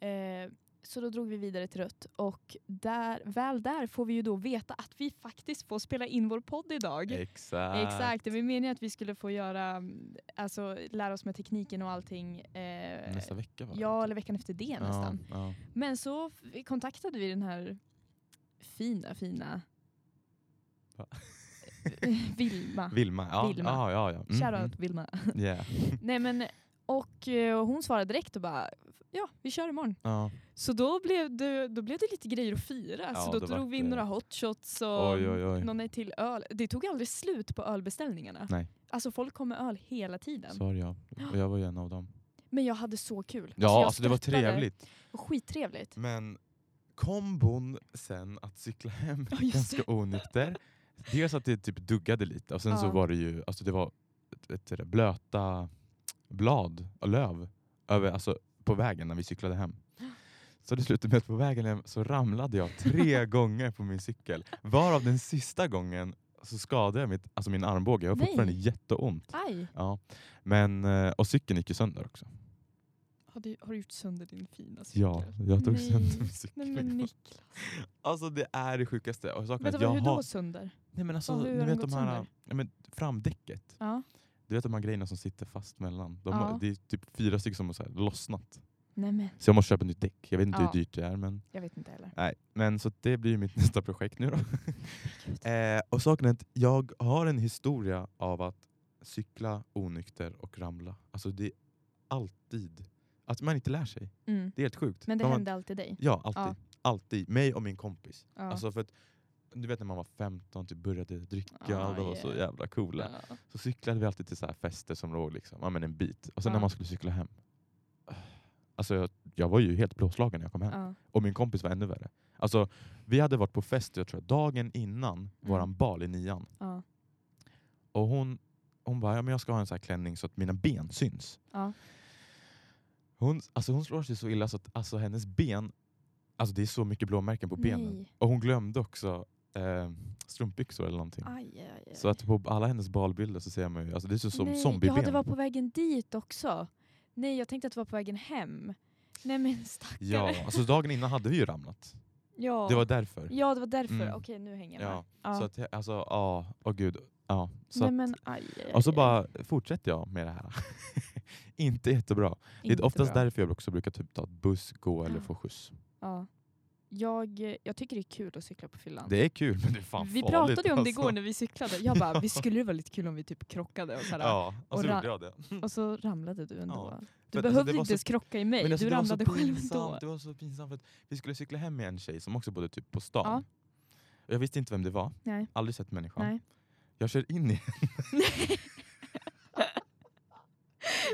Eh, så då drog vi vidare till rött och där, väl där får vi ju då veta att vi faktiskt får spela in vår podd idag.
Exakt.
Exakt, det var ju meningen att vi skulle få göra, mm, alltså lära oss med tekniken och allting. Eh,
Nästa vecka va?
ja, eller veckan efter det nästan.
Ja, ja.
Men så f- kontaktade vi den här fina, fina
Va?
Vilma.
Vilma. Ja,
Ah, Vilma.
Ja, ja, ja. Mm,
Shoutout
mm.
Vilma.
Yeah.
Nej men, och eh, hon svarade direkt och bara ja, vi kör imorgon.
Ja.
Så då blev det, då blev det lite grejer att fira.
Ja,
så då
det
drog
vart
vi in
det.
några hotshots och
Oj, oj, oj.
någon till öl. Det tog aldrig slut på ölbeställningarna.
Nej.
Alltså folk kom med öl hela tiden.
Sorry, ja. Och jag var ju en av dem.
Men jag hade så kul.
Ja,
Alltså, jag
alltså, det var
skrattade.
trevligt. Mm.
Skittrevligt.
Men kombon sen att cykla hem
Ja, just
ganska
det.
onykter. Dels att det typ duggade lite och sen så
Ja.
var det ju alltså det var ett, ett, sådär blöta blad och löv över, alltså, på vägen när vi cyklade hem. Så det slutade med att på vägen hem så ramlade jag tre gånger på min cykel. Varav den sista gången så skadade jag mitt, alltså min armbåge. Jag har
Nej.
fortfarande jätteont.
Aj!
Ja. Men, eh, och cykeln gick ju sönder också.
Har du, har du gjort sönder din fina cykel?
Ja, jag tog
Nej.
sönder min cykel.
Nej men Niklas.
Alltså det är det sjukaste. Och saken är
Vänta,
att jag
hur
har...
då sönder?
Nej men alltså,
Vad, hur
ni
har den
vet de
gått
här...
sönder?
Ja, men framdäcket.
Ja.
Du vet de här grejerna som sitter fast mellan. De
Ja.
har, det är typ fyra stycken som har så här lossnat.
Nej men,
Så jag måste köpa ett nytt däck. Jag vet inte
Ja.
hur dyrt det är men...
jag vet inte heller.
Nej. Men så det blir ju mitt nästa projekt nu då. eh, och saken är att jag har en historia av att cykla onykter och ramla. Alltså det är alltid... Att man inte lär sig.
Mm.
Det är helt sjukt.
Men det
För man,
hände alltid dig?
Ja, alltid.
Ja.
Alltid. Mig och min kompis.
Ja.
Alltså för att, du vet när man var 15 typ började dricka
Ah,
och det var så
yeah.
jävla coola.
Ja.
Så cyklade vi alltid till så här fester som låg liksom, ja, men en bit. Och sen när
Ja.
man skulle cykla hem. Alltså jag, jag var ju helt blåslagen när jag kom hem.
Ja.
Och min kompis var ännu värre. Alltså, vi hade varit på fest jag tror, dagen innan
Mm.
våran bal i nian.
Ja.
Och hon, hon bara, ja, men jag ska ha en så här klänning så att mina ben syns.
Ja.
Hon, alltså hon slår sig så illa så att alltså hennes ben, alltså det är så mycket blåmärken på benen.
Nej.
Och hon glömde också eh, strumpbyxor eller någonting.
Aj, aj, aj.
Så att på alla hennes balbilder så ser man ju, alltså det ser ut som
Nej,
zombieben.
Ja, det var på vägen dit också. Nej, jag tänkte att det var på vägen hem. Nej men stackare.
Ja, alltså dagen innan hade vi ju ramlat.
ja.
Det var därför.
ja, det var därför.
Mm.
Okej, nu hänger jag
Ja.
med. Ja.
Så att, jag- alltså, ja, åh gud. Ja, så
Nej
att,
men eh, aj, aj, aj.
och så bara fortsätter jag med det här. Inte jättebra. Det
Inte
är oftast
bra. Ah.
därför jag också brukar typ ta buss, gå eller
Ja.
få skjuts.
Ja. Jag, jag tycker det är kul att cykla på fyllan.
Det är kul men det är fan
vi
farligt.
pratade ju om det
alltså.
igår när vi cyklade. Jag bara,
Ja.
visst skulle det vara lite kul om vi typ krockade och, så här,
alltså. Ja, och
och
så
ra-
gjorde jag det.
och så ramlade du ändå.
Ja.
Du
Men
behövde
alltså, det var
inte
så-
ens krocka i mig,
Men alltså,
du
det var så
ramlade själv
pinsamt,
ändå.
Det var så pinsamt för att vi skulle cykla hem med en tjej som också bodde typ på stan. Och jag visste inte vem det var,
Nej.
aldrig sett människan.
Nej.
Jag kör in i henne.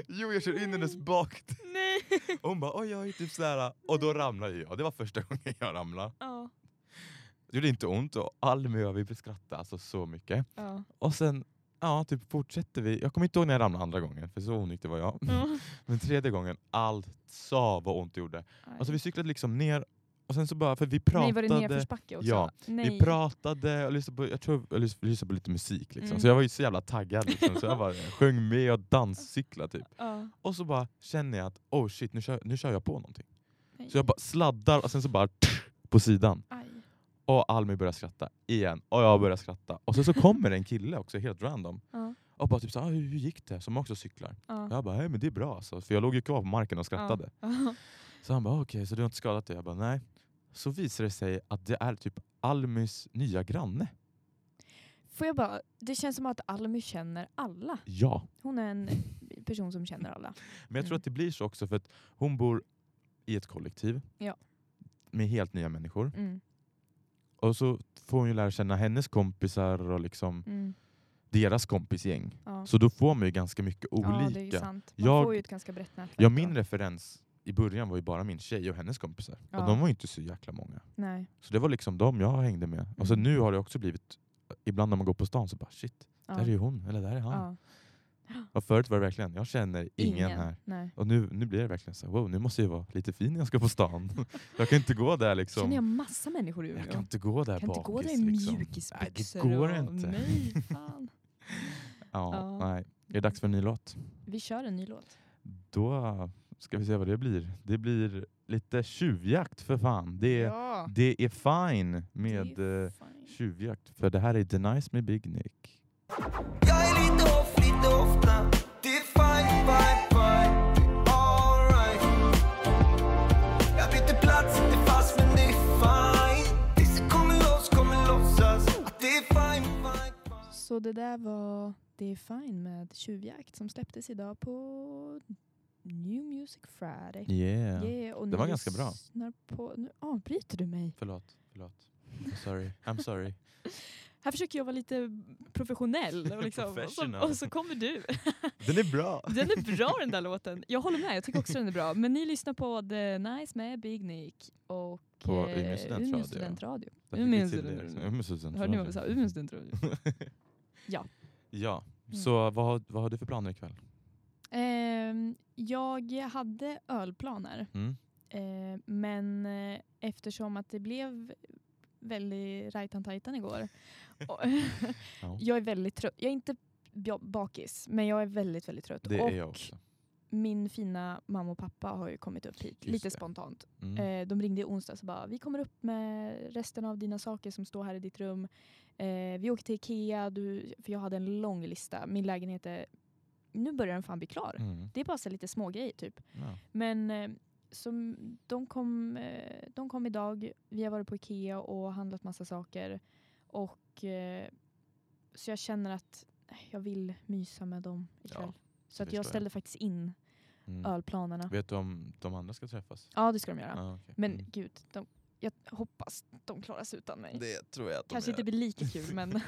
jo, jag kör in i hennes bakdel.
Nej.
Och hon bara oj oj, typ sådär. Och då ramlade jag. Det var första gången jag ramlade.
Ja.
Det gjorde inte ont och Almi och vi skrattade alltså så mycket.
Ja.
Och sen ja, typ fortsätter vi. Jag kommer inte ihåg när jag ramlade andra gången, för så onykter var jag. Men tredje gången, allt sa vad ont det gjorde. Alltså vi cyklade liksom ner och sen så bara, för vi pratade.
Nej, var det nedförsbacke också?
Ja,
Nej.
Vi pratade och lyssnade på, jag tror jag lys- lyssnade på lite musik liksom.
Mm.
Så jag var ju så jävla taggad liksom. Så jag bara sjöng med och danscyklade typ.
Ja.
Och så bara känner jag att oh shit, nu kör, nu kör jag på någonting.
Nej.
Så jag bara sladdar och sen så bara på sidan.
Aj.
Och Almi börjar skratta igen. Och jag börjar skratta. Och sen så kommer en kille också helt random.
Ja.
Och bara typ så, ah, hur, hur gick det? Som också cyklar.
Ja.
Jag bara, nej men det är bra alltså. För jag låg ju kvar på marken och skrattade.
Ja.
Så han bara, "Ah, okej så du har inte skadat dig? Jag bara, nej. Så visar det sig att det är typ Almis nya granne.
Får jag bara, det känns som att Almy känner alla.
Ja.
Hon är en person som känner alla.
Men jag tror
Mm.
att det blir så också för att hon bor i ett kollektiv
Ja.
med helt nya människor.
Mm.
Och så får hon ju lära känna hennes kompisar och liksom
Mm.
deras kompisgäng.
Ja.
Så då får man ju ganska mycket
Ja, det är
olika.
sant. Man
Jag-
får ju ett ganska brett nätverk.
Ja,
då.
min referens i början var ju bara min tjej och hennes kompisar.
Ja.
Och de var ju inte så jäkla många.
Nej.
Så det var liksom de jag hängde med. Och sen
Mm.
nu har det också blivit, ibland när man går på stan så bara shit,
Ja.
där är ju hon eller där är han.
Ja.
Och förut var det verkligen, jag känner ingen här.
Nej.
Och nu, nu blir det verkligen så här, wow, nu måste jag vara lite fin när jag ska på stan. jag kan inte gå där liksom.
Känner jag massa människor i Umeå?
Jag kan inte gå där
Kan inte gå
bakis,
där i
liksom.
mjukisbyxor.
Nej, det går
och-
inte.
Nej, fan.
Ja,
Ja.
Nej. Är det dags för en ny låt?
Vi kör en ny låt.
Då ska vi se vad det blir. Det blir lite tjuvjakt för fan. Det är,
Ja.
det är fine
Det är
med eh,
fine.
tjuvjakt. För det här är The Nice med Big Nick.
Jag är lite off, lite ofta Det är fine, fine, fine Alright Jag byter plats, inte fast men det är fine Disse kommer loss, kommer låtsas att det är fine, fine, fine
Så det där var Det är fine med Tjuvjakt som släpptes idag på New Music Friday.
Yeah.
Yeah, och
Det var
ni
ganska bra.
lyssnar På, nu avbryter du mig.
Förlåt, förlåt. I'm sorry. I'm sorry.
Här försöker jag vara lite professionell. Och, liksom, och, så,
Professional.
och så kommer du.
Den är bra!
Den är bra den där låten. Jag håller med, jag tycker också den är bra. Men ni lyssnar på The Nice med Big Nick och
På
eh,
Umeå studentradio.
Umeå studentradio.
Där fick
Nu
vi
minns
till
du
det
det.
liksom. Jag minns det.
Hörde ni vad vi sa? Umeå studentradio.
Ja,
Mm.
så vad, har- vad har du för planer ikväll?
Ehm, jag hade ölplaner.
Mm.
Eh, men eh, eftersom att det blev väldigt rajtan tajtan igår. och,
Ja.
jag är väldigt trött. Jag är inte b- bakis, men jag är väldigt, väldigt trött.
Det
och
är jag också.
min fina mamma och pappa har ju kommit upp hit,
Just
lite
det.
spontant.
Mm.
Eh, de ringde i onsdags och bara, vi kommer upp med resten av dina saker som står här i ditt rum. Eh, vi åker till Ikea, du, för jag hade en lång lista. Min lägenhet är, nu börjar den fan bli klar.
Mm.
Det är bara så här lite smågrejer typ.
Ja.
Men eh, som de, kom, eh, de kom idag, vi har varit på Ikea och handlat massa saker. Och, eh, så jag känner att jag vill mysa med dem ikväll.
Ja,
så att
förstår
jag
jag.
ställde faktiskt in
Mm.
ölplanerna.
Vet du om de andra ska träffas?
Ja, det ska de göra.
Ah, okej.
Men
Mm.
gud, de, jag hoppas de klarar sig utan mig.
Det tror jag att de
Kanske
gör.
inte blir lika kul, men Nej,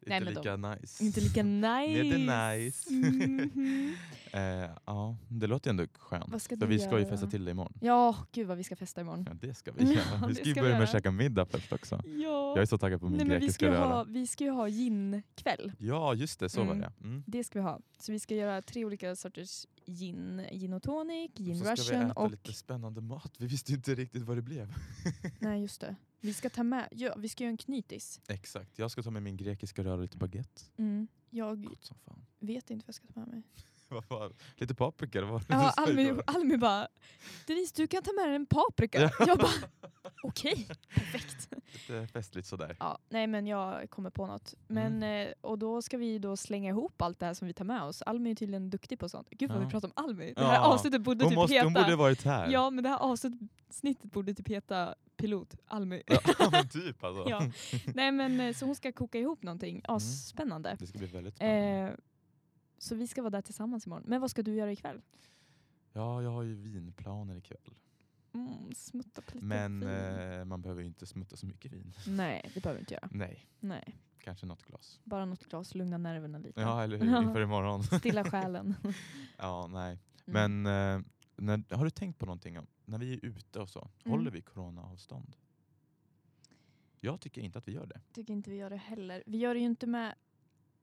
inte
men
lika nice.
inte lika nice.
Lite nice.
Mhm.
eh, ja, det låter ju ändå skönt.
Vad ska du
för vi ska ju
göra?
festa till det imorgon.
Ja, gud vad vi ska festa imorgon.
Ja, det ska
Ja,
vi göra.
det
Vi ska ju
ska vi
börja med
göra.
att käka middag först också.
Ja.
Jag är så taggad på min
Nej, men vi ska,
grekiska
ju
röra.
ha, vi ska ju ha ginkväll.
Ja, just det. Så
Mm.
var det. Mm.
Det ska vi ha. Så vi ska göra tre olika sorters gin. Gin och tonic, gin
så ska vi
russian
äta
och...
lite spännande mat. Vi visste ju inte riktigt vad det blev.
Nej, just det. Vi ska ta med... Ja, vi ska göra en knytis.
Exakt. Jag ska ta med min grekiska röra och lite baguette.
Jag
Gott som fan.
vet inte vad jag ska ta med mig.
Vad fan? Lite paprika, eller vad var det
Ja,
du sa
Almi,
igår?
Almi bara, Denise du kan ta med dig en paprika. Jag bara, okej, perfekt.
Lite festligt sådär.
Ja, nej men jag kommer på något. Men,
Mm.
eh, Och då ska vi då slänga ihop allt det här som vi tar med oss. Almi är tydligen duktig på sånt. Gud vad
Ja.
vi pratar om Almi. Det här
Ja.
avsnnittet borde
Hon,
typ
måste,
heta...
hon borde varit här.
Ja, men det här avsnittet borde typ heta pilot Almi.
Ja, men typ alltså.
Ja. Nej men eh, så hon ska koka ihop någonting.
Mm.
Asspännande.
Det ska bli väldigt spännande.
Eh, så vi ska vara där tillsammans imorgon. Men vad ska du göra ikväll?
Ja, jag har ju vinplaner ikväll.
Mm, smutta på lite
Men
vin.
eh, man behöver ju inte smutta så mycket vin.
Nej, det behöver vi inte göra.
Nej,
Nej,
kanske något glas.
bara något glas, lugna nerverna lite.
Ja, eller hur? Inför imorgon.
Stilla själen. Mm.
ja, nej. Men eh, när, har du tänkt på någonting? om- När vi är ute och så,
Mm.
håller vi coronaavstånd? Jag tycker inte att vi gör det.
tycker inte vi gör det heller. Vi gör det ju inte med,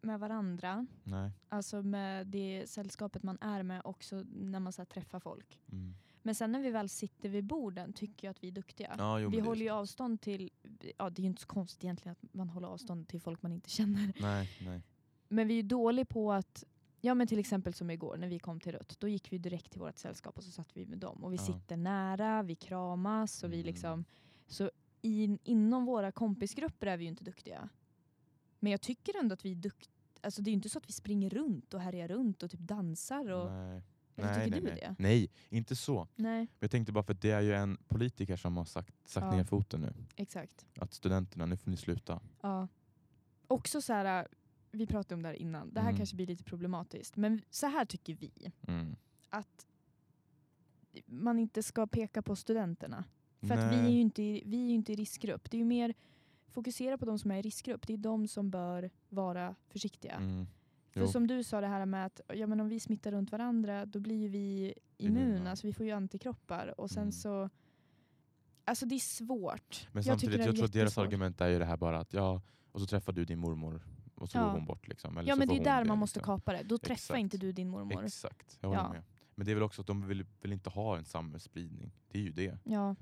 med varandra,
Nej.
alltså med det sällskapet man är med också när man så här, träffar folk.
Mm.
Men sen när vi väl sitter vid borden tycker jag att vi är duktiga.
Ja, jo, men
vi
det är
håller ju
sant.
avstånd till, ja det är ju inte så konstigt egentligen att man håller avstånd till folk man inte känner.
Nej, nej.
Men vi är ju dåliga på att, ja men till exempel som igår när vi kom till Rött, då gick vi ju direkt till vårt sällskap och så satt vi med dem. Och vi
Ja.
sitter nära, vi kramas och vi
Mm.
liksom, så in, inom våra kompisgrupper är vi ju inte duktiga. Men jag tycker ändå att vi är duktiga, alltså det är ju inte så att vi springer runt och härjar runt och typ dansar och,
nej.
eller
nej,
tycker
nej,
du
nej.
det?
Nej, inte så.
Nej,
Men Jag tänkte bara för att det är ju en politiker som har sagt, sagt
Ja.
ner foten nu.
exakt.
Att studenterna, nu får ni sluta.
Ja. Också så här, äh, vi pratade om det här innan, det här
Mm.
kanske blir lite problematiskt, men så här tycker vi
Mm.
att man inte ska peka på studenterna. För att vi
Nej.
är, ju inte, i- vi är ju inte i riskgrupp. Det är ju mer fokusera på de som är i riskgrupp. Det är de som bör vara försiktiga.
Mm.
För
Jo.
som du sa det här med att ja, men om vi smittar runt varandra då blir ju vi immuna.
Immuna.
Så vi får ju antikroppar. Och sen
Mm.
så... Alltså det är svårt. Jag
Men
tycker
samtidigt,
det är
jag tror att deras
jättesvårt.
argument är ju det här bara att ja, och så träffar du din mormor och så
Ja.
går hon bort liksom. Eller
Ja
så
men
får
det är
hon
där man måste
liksom.
kapa det. Då träffar
Exakt.
inte du din mormor.
Exakt, jag håller
Ja.
med. Men det är väl också att de vill, vill inte ha en samhällsspridning. Det är ju det.
Ja,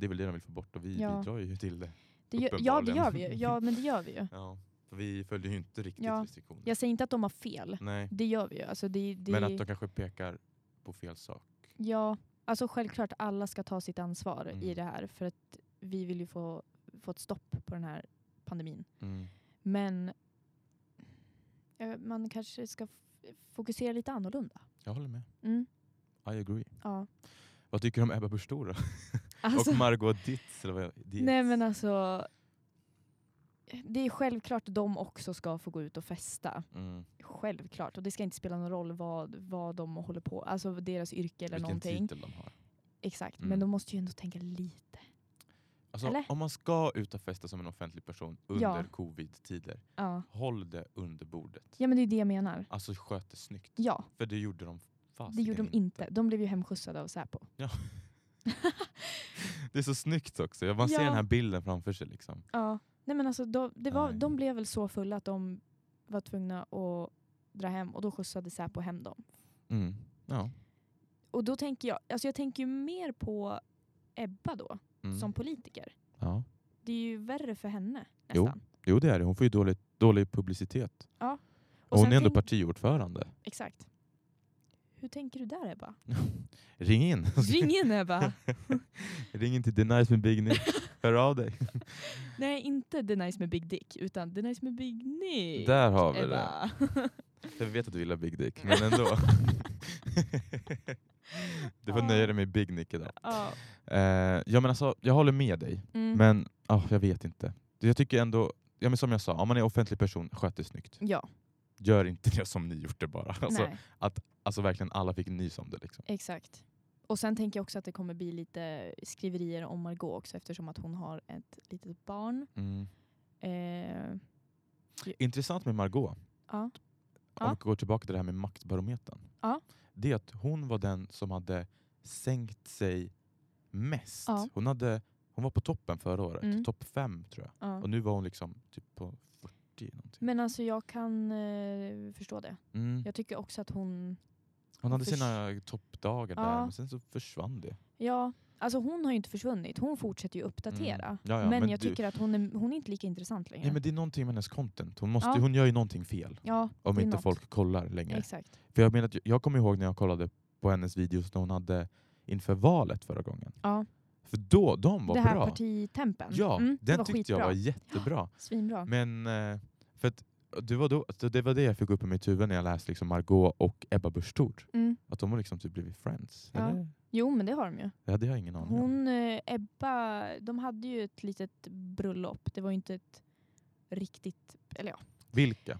Det är väl det de vill få bort och vi
Ja.
bidrar ju till det.
det gör, ja det
Uppenbarligen.
gör vi ju. Ja men det gör vi ju.
Ja. För vi följer ju inte riktigt
Ja.
restriktioner.
Jag säger inte att de har fel.
Nej.
Det gör vi ju. Alltså det, det,
Men att de kanske pekar på fel sak.
Ja, alltså självklart alla ska ta sitt ansvar i
Mm.
det här för att vi vill ju få, få ett stopp på den här pandemin.
Mm.
Men eh, man kanske ska f- fokusera lite annorlunda.
Jag håller med.
Mm,
I agree.
ja.
Vad tycker du om Ebba Busch Thor då?
alltså,
Och Margot Dietz? Eller vad, Dietz.
nej men alltså. Det är självklart de också ska få gå ut och festa.
Mm.
Självklart. Och det ska inte spela någon roll vad, vad de håller på Alltså deras yrke eller
Vilken
någonting.
titel de har.
Exakt.
Mm.
Men de måste ju ändå tänka lite.
Alltså,
Eller?
om man ska ut och festa som en offentlig person under
Ja.
covid-tider,
Ja.
håll det under bordet.
ja men det är det jag menar.
Alltså sköt det snyggt.
Ja.
För det gjorde de fast.
Det gjorde de inte. De blev ju hemskjutsade av Säpo.
Det är så snyggt också. Man ser
Ja.
den här bilden framför sig. Liksom.
Ja. Nej men alltså de, det var,
Nej.
de blev väl så fulla att de var tvungna att dra hem och då skjutsade Säpo hem dem.
Mm. Ja.
Och då tänker jag, alltså jag tänker ju mer på Ebba då,
Mm.
som politiker.
ja.
Det är ju värre för henne
Jo.
nästan.
Jo det är det. Hon får ju dålig, dålig publicitet.
Ja.
Och hon
sen
är ändå
tänk-
partiordförande.
Exakt. Hur tänker du där Ebba?
Ring in!
Ring in Ebba!
Ring in till The Nice med Big Nick. Hör av dig.
Nej inte The Nice med Big Dick utan The Nice med Big Nick.
Där har vi det.
Ebba.
Jag vet att du gillar Big Dick, men ändå. du får
Ja.
nöja dig med Big Nick idag.
ja.
Eh, ja, men alltså, jag håller med dig,
Mm.
men ah, jag vet inte. Jag tycker ändå, ja, men som jag sa, om man är offentlig person, sköt det snyggt.
Ja,
Gör inte det som ni gjort det bara. Alltså,
nej.
alltså verkligen alla fick nys om det. Liksom.
Exakt. Och sen tänker jag också att det kommer bli lite skriverier om Margot också eftersom att hon har ett litet barn.
Mm.
Eh,
Intressant med Margot,
ja.
om
Ja.
vi går tillbaka till det här med maktbarometern.
Ja.
Det är att hon var den som hade sänkt sig mest.
Ja.
Hon, hade, hon var på toppen förra året,
Mm.
topp fem tror jag.
ja.
Och nu var hon liksom typ på 40 någonting.
Men alltså jag kan eh, förstå det.
Mm.
Jag tycker också att hon...
Hon hade
förs-
sina toppdagar där,
Ja.
men sen så försvann det.
Ja, Alltså hon har ju inte försvunnit, hon fortsätter ju uppdatera.
Mm. Ja, ja,
men,
men
jag
du-
tycker att hon är, hon är inte lika intressant längre.
Nej, men det är någonting med hennes content. Hon, måste,
Ja.
hon gör ju någonting fel
ja,
om
det är
inte
något.
folk kollar längre.
Exakt.
För jag, menar att jag- jag kommer ihåg när jag kollade på hennes videos när hon hade inför valet förra gången.
Ja.
För då, de var
Det här
bra.
partitempen.
Ja,
Mm, det
den
var
tyckte
skitbra.
jag var jättebra.
Svinbra.
Men eh, för att det var, då, så det var det jag fick upp i mitt huvud när jag läste liksom Margot och Ebba Busch Thor.
Mm.
Att de har liksom typ blivit friends.
Ja.
Eller?
Jo men det har de ju.
Det hade jag ingen aning om.
Hon, eh, Ebba, de hade ju ett litet bröllop. Det var ju inte ett riktigt, eller ja.
Vilka?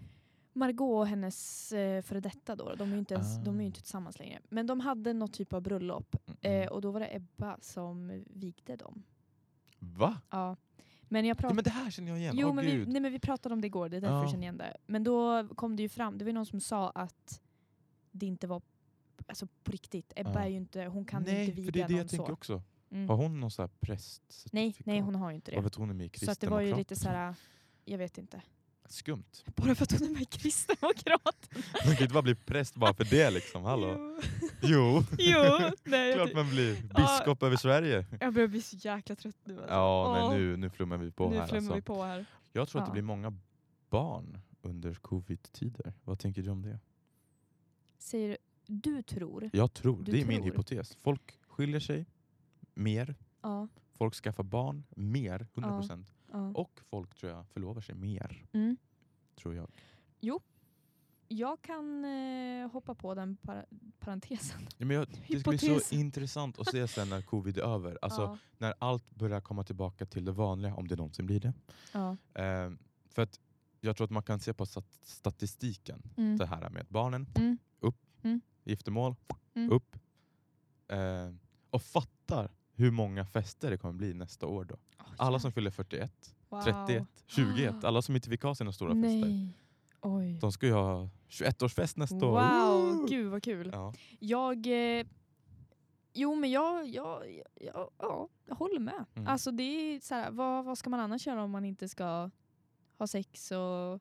Margot och hennes eh, före detta då, de är ju inte, ens,
Ah.
de är ju inte tillsammans längre. Men de hade någon typ av bröllop
Mm.
eh, och då var det Ebba som vigde dem.
Mm. Va?
Ja. Men jag
Ja,
pratade
men det här känner jag igen.
Jo,
Åh,
men vi,
gud.
nej, men vi pratade om det igår, det är därför
Ja.
jag känner igen det. Men då kom det ju fram, det var ju någon som sa att det inte var alltså, på riktigt. Ebba
Ja.
är ju inte, hon kan ju
nej,
inte
för det
viga
är det
någon
jag tänker
så.
också.
Mm.
Har hon någon sån här präst?
Nej, nej, hon har ju inte
Varför
det.
att hon är med i
Så att det var ju lite
Kristdemokraterna?
så här, jag vet inte.
Skumt.
Bara för att hon är med i Kristdemokrat.
Man kan ju inte bara bli präst bara för det liksom, hallå? Jo,
Jo, nej. Jag,
klart man blir.
Ja.
Biskop över Sverige.
jag börjar bli så jäkla trött nu. Alltså.
Ja,
Åh,
nej, nu, nu flummar vi på
nu
här
flummar
alltså.
vi på här.
Jag tror att det
Ja.
blir många barn under covid-tider. Vad tänker du om det?
Säger du tror?
Jag tror,
Du
det är min
tror?
hypotes. Folk skiljer sig mer,
Ja.
folk skaffar barn mer, 100%.
ja.
Och folk tror jag förlovar sig mer,
Mm.
tror jag.
Jag kan eh, hoppa på den para- parentesen.
Ja, men jag det ska bli så
Hypotesen.
intressant att se sen när covid är över. Alltså
Ja.
när allt börjar komma tillbaka till det vanliga, om det någonsin blir det.
Ja.
Eh, för att jag tror att man kan se på stat- statistiken,
Mm.
det här med att barnen,
Mm.
upp,
Mm.
giftermål,
Mm.
upp. Eh, och fattar hur många fester det kommer bli nästa år då. Alla som fyller 41,
wow. Ah.
31, 21, alla som inte fick ha sina stora fester.
Nej. Oj.
De ska ju ha 21-årsfest nästa år.
Wow,
Woo!
gud vad kul.
Ja.
Jag... Eh, jo men jag, jag, jag, jag, ja, jag håller med.
Mm.
Alltså det är så här, vad, vad ska man annars göra om man inte ska ha sex och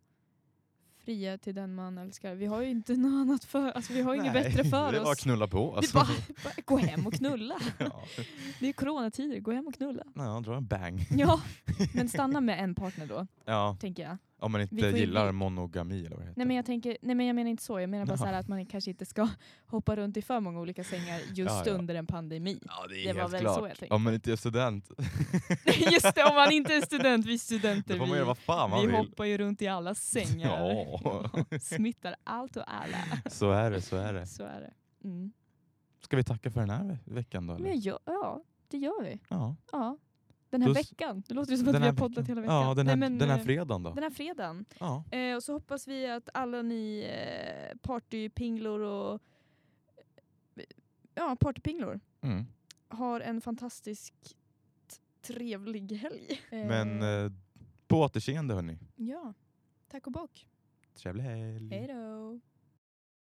fria till den man älskar? Vi har ju inte något annat för alltså vi har ju inget
Nej,
bättre för
Det är bara att
oss.
knulla på.
Det är
Alltså.
bara, bara gå hem och knulla.
ja.
Det är coronatider, gå hem och knulla.
Ja, dra en bang.
Ja, men stanna med en partner då,
Ja,
tänker jag.
om man inte
Vi får ju
gillar
bli-
monogami eller vad det heter.
Nej men, jag tänker, nej men jag menar inte så, jag menar bara
Jaha.
så här att man kanske inte ska hoppa runt i för många olika sängar just
Ja, ja.
under en pandemi.
ja, det
det
är
var
helt
väl
klart.
så jag tänkte.
om man inte är student,
just det, om man inte är student, vi är
då
studenter.
får man göra vad fan man
vi
vill.
hoppar ju runt i alla sängar.
Ja.
Ja, Smittar allt och alla.
Så är det, så är det.
Så är det. Mm.
Ska vi tacka för den här ve- veckan då? Eller?
Men ja, ja, det gör vi.
Ja.
Ja. Den här
Då s-
veckan. Det låter ju som att
Den
vi har
här
poddat
veckan.
hela veckan.
Ja, den här,
Nej, men,
den här
eh,
fredagen då.
den här fredagen.
Ja.
Eh, och så hoppas vi att alla ni eh, partypinglor och eh, ja, partypinglor
Mm.
Eh. har en fantastisk trevlig helg.
Men
Eh,
eh, på återseende hörni.
ja, tack och bock.
Trevlig helg.
Hej då.